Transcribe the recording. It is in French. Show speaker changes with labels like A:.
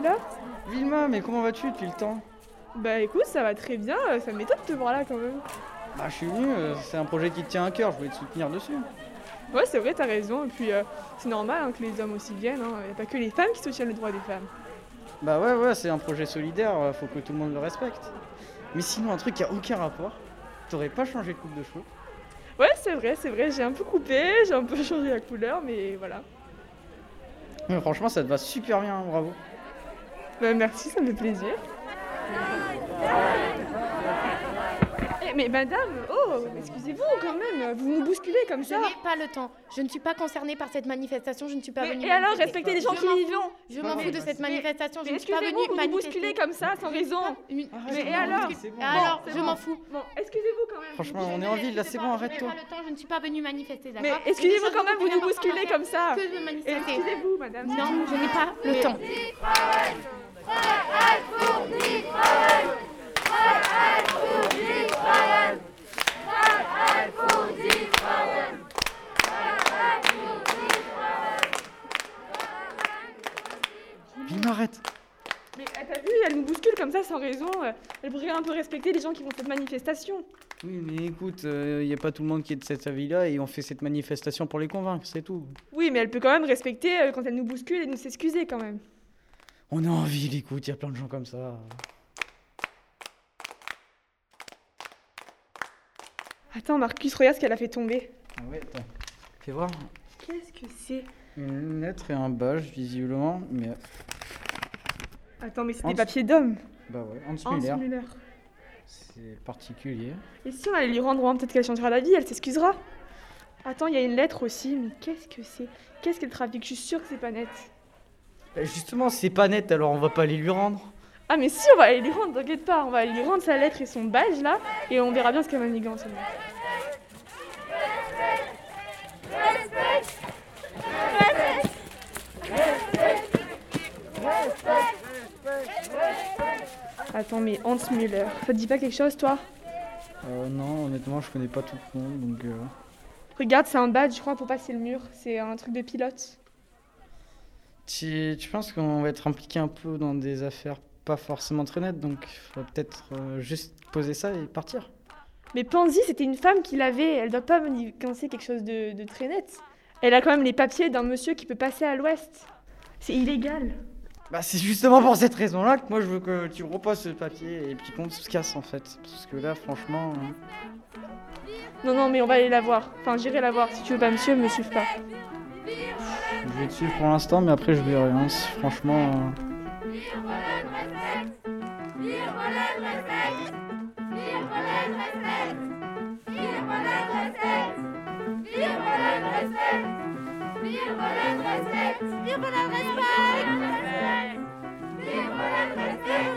A: va
B: Vilma, mais comment vas-tu depuis le temps
A: Bah écoute, ça va très bien, euh, ça m'étonne de te voir là quand même.
B: Bah, je suis venu, euh, c'est un projet qui te tient à cœur, je voulais te soutenir dessus.
A: Ouais, c'est vrai, t'as raison, et puis euh, c'est normal hein, que les hommes aussi viennent, hein. y a pas que les femmes qui soutiennent le droit des femmes.
B: Bah, ouais, ouais, c'est un projet solidaire, euh, faut que tout le monde le respecte. Mais sinon, un truc qui a aucun rapport, t'aurais pas changé de coupe de cheveux
A: Ouais, c'est vrai, c'est vrai, j'ai un peu coupé, j'ai un peu changé la couleur, mais voilà.
B: Mais franchement, ça te va super bien, hein, bravo.
A: Bah merci, ça me fait plaisir. Eh, mais madame, oh, excusez-vous quand même, vous nous bousculez comme
C: Je
A: ça.
C: n'ai pas le temps. Je ne suis pas concernée par cette manifestation. Je ne suis pas
A: Mais-
C: venue.
A: et alors,
C: manifester.
A: respectez les gens
C: Je
A: qui
C: m'en
A: y
C: fous.
A: vont.
C: Je m'en
B: Mais-
C: fous de cette
A: mais-
C: manifestation. Je ne suis pas venue
A: Excusez-vous, vous nous
C: manifester.
A: bousculez comme ça, sans raison.
C: Une-
B: Arrête,
A: Mais
B: non,
A: et alors
B: c'est bon.
C: Et alors,
A: c'est
C: je
A: bon.
C: m'en fous.
A: Bon, excusez-vous quand même.
B: Franchement, on est en ville, là, c'est bon, arrête-toi.
C: Je n'ai pas le temps. Je ne suis pas venue manifester.
A: Mais
C: d'accord
A: excusez-vous quand même, vous nous
C: J'ai des choses
A: bousculez comme ça.
C: Que de
A: Et
C: manifester.
A: Excusez-vous, madame.
C: Non, je n'ai pas le temps.
B: Vilma, arrête
A: Mais euh, t'as vu, elle nous bouscule comme ça sans raison. euh, Elle pourrait un peu respecter les gens qui font cette manifestation.
B: Oui, mais écoute, il n'y a pas tout le monde qui est de cet avis-là et on fait cette manifestation pour les convaincre, c'est tout.
A: Oui, mais elle peut quand même respecter euh, quand elle nous bouscule et nous s'excuser quand même.
B: On est en ville, écoute, il y a plein de gens comme ça.
A: Attends, Marcus, regarde ce qu'elle a fait tomber.
B: Ah ouais, attends. Fais voir.
A: Qu'est-ce que c'est
B: Une lettre et un badge, visiblement, mais.
A: Attends, mais c'est
B: Hans-
A: des papiers d'hommes.
B: Bah ouais, Hans
A: Hans
B: Müller.
A: Müller.
B: C'est particulier.
A: Et si on allait lui rendre, hein, peut-être qu'elle changera d'avis, elle s'excusera. Attends, il y a une lettre aussi, mais qu'est-ce que c'est Qu'est-ce qu'elle trafique Je suis sûre que c'est pas net.
B: Bah justement, c'est pas net, alors on va pas aller lui rendre.
A: Ah, mais si, on va aller lui rendre, t'inquiète pas, on va aller lui rendre sa lettre et son badge là, et on verra bien ce qu'elle manigance. elle. Attends, mais Hans Müller, ça te dit pas quelque chose toi
B: Euh, non, honnêtement, je connais pas tout le monde, donc. euh,
A: Regarde, c'est un badge, je crois, pour passer le mur. C'est un truc de pilote.
B: Tu, tu penses qu'on va être impliqué un peu dans des affaires pas forcément très nettes, donc faut peut-être euh, juste poser ça et partir.
A: Mais Pansy, c'était une femme qui l'avait. Elle doit pas manigancer quelque chose de, de très net. Elle a quand même les papiers d'un monsieur qui peut passer à l'ouest. C'est illégal.
B: Bah, c'est justement pour cette raison-là que moi je veux que tu reposes ce papier et puis qu'on se casse en fait. Parce que là, franchement. euh,
A: Non, non, mais on va aller la voir. Enfin, j'irai la voir. Si tu veux pas me suivre, me suive pas.
B: Je vais te suivre pour l'instant, mais après je verrai. hein, si franchement.
D: Vive le respect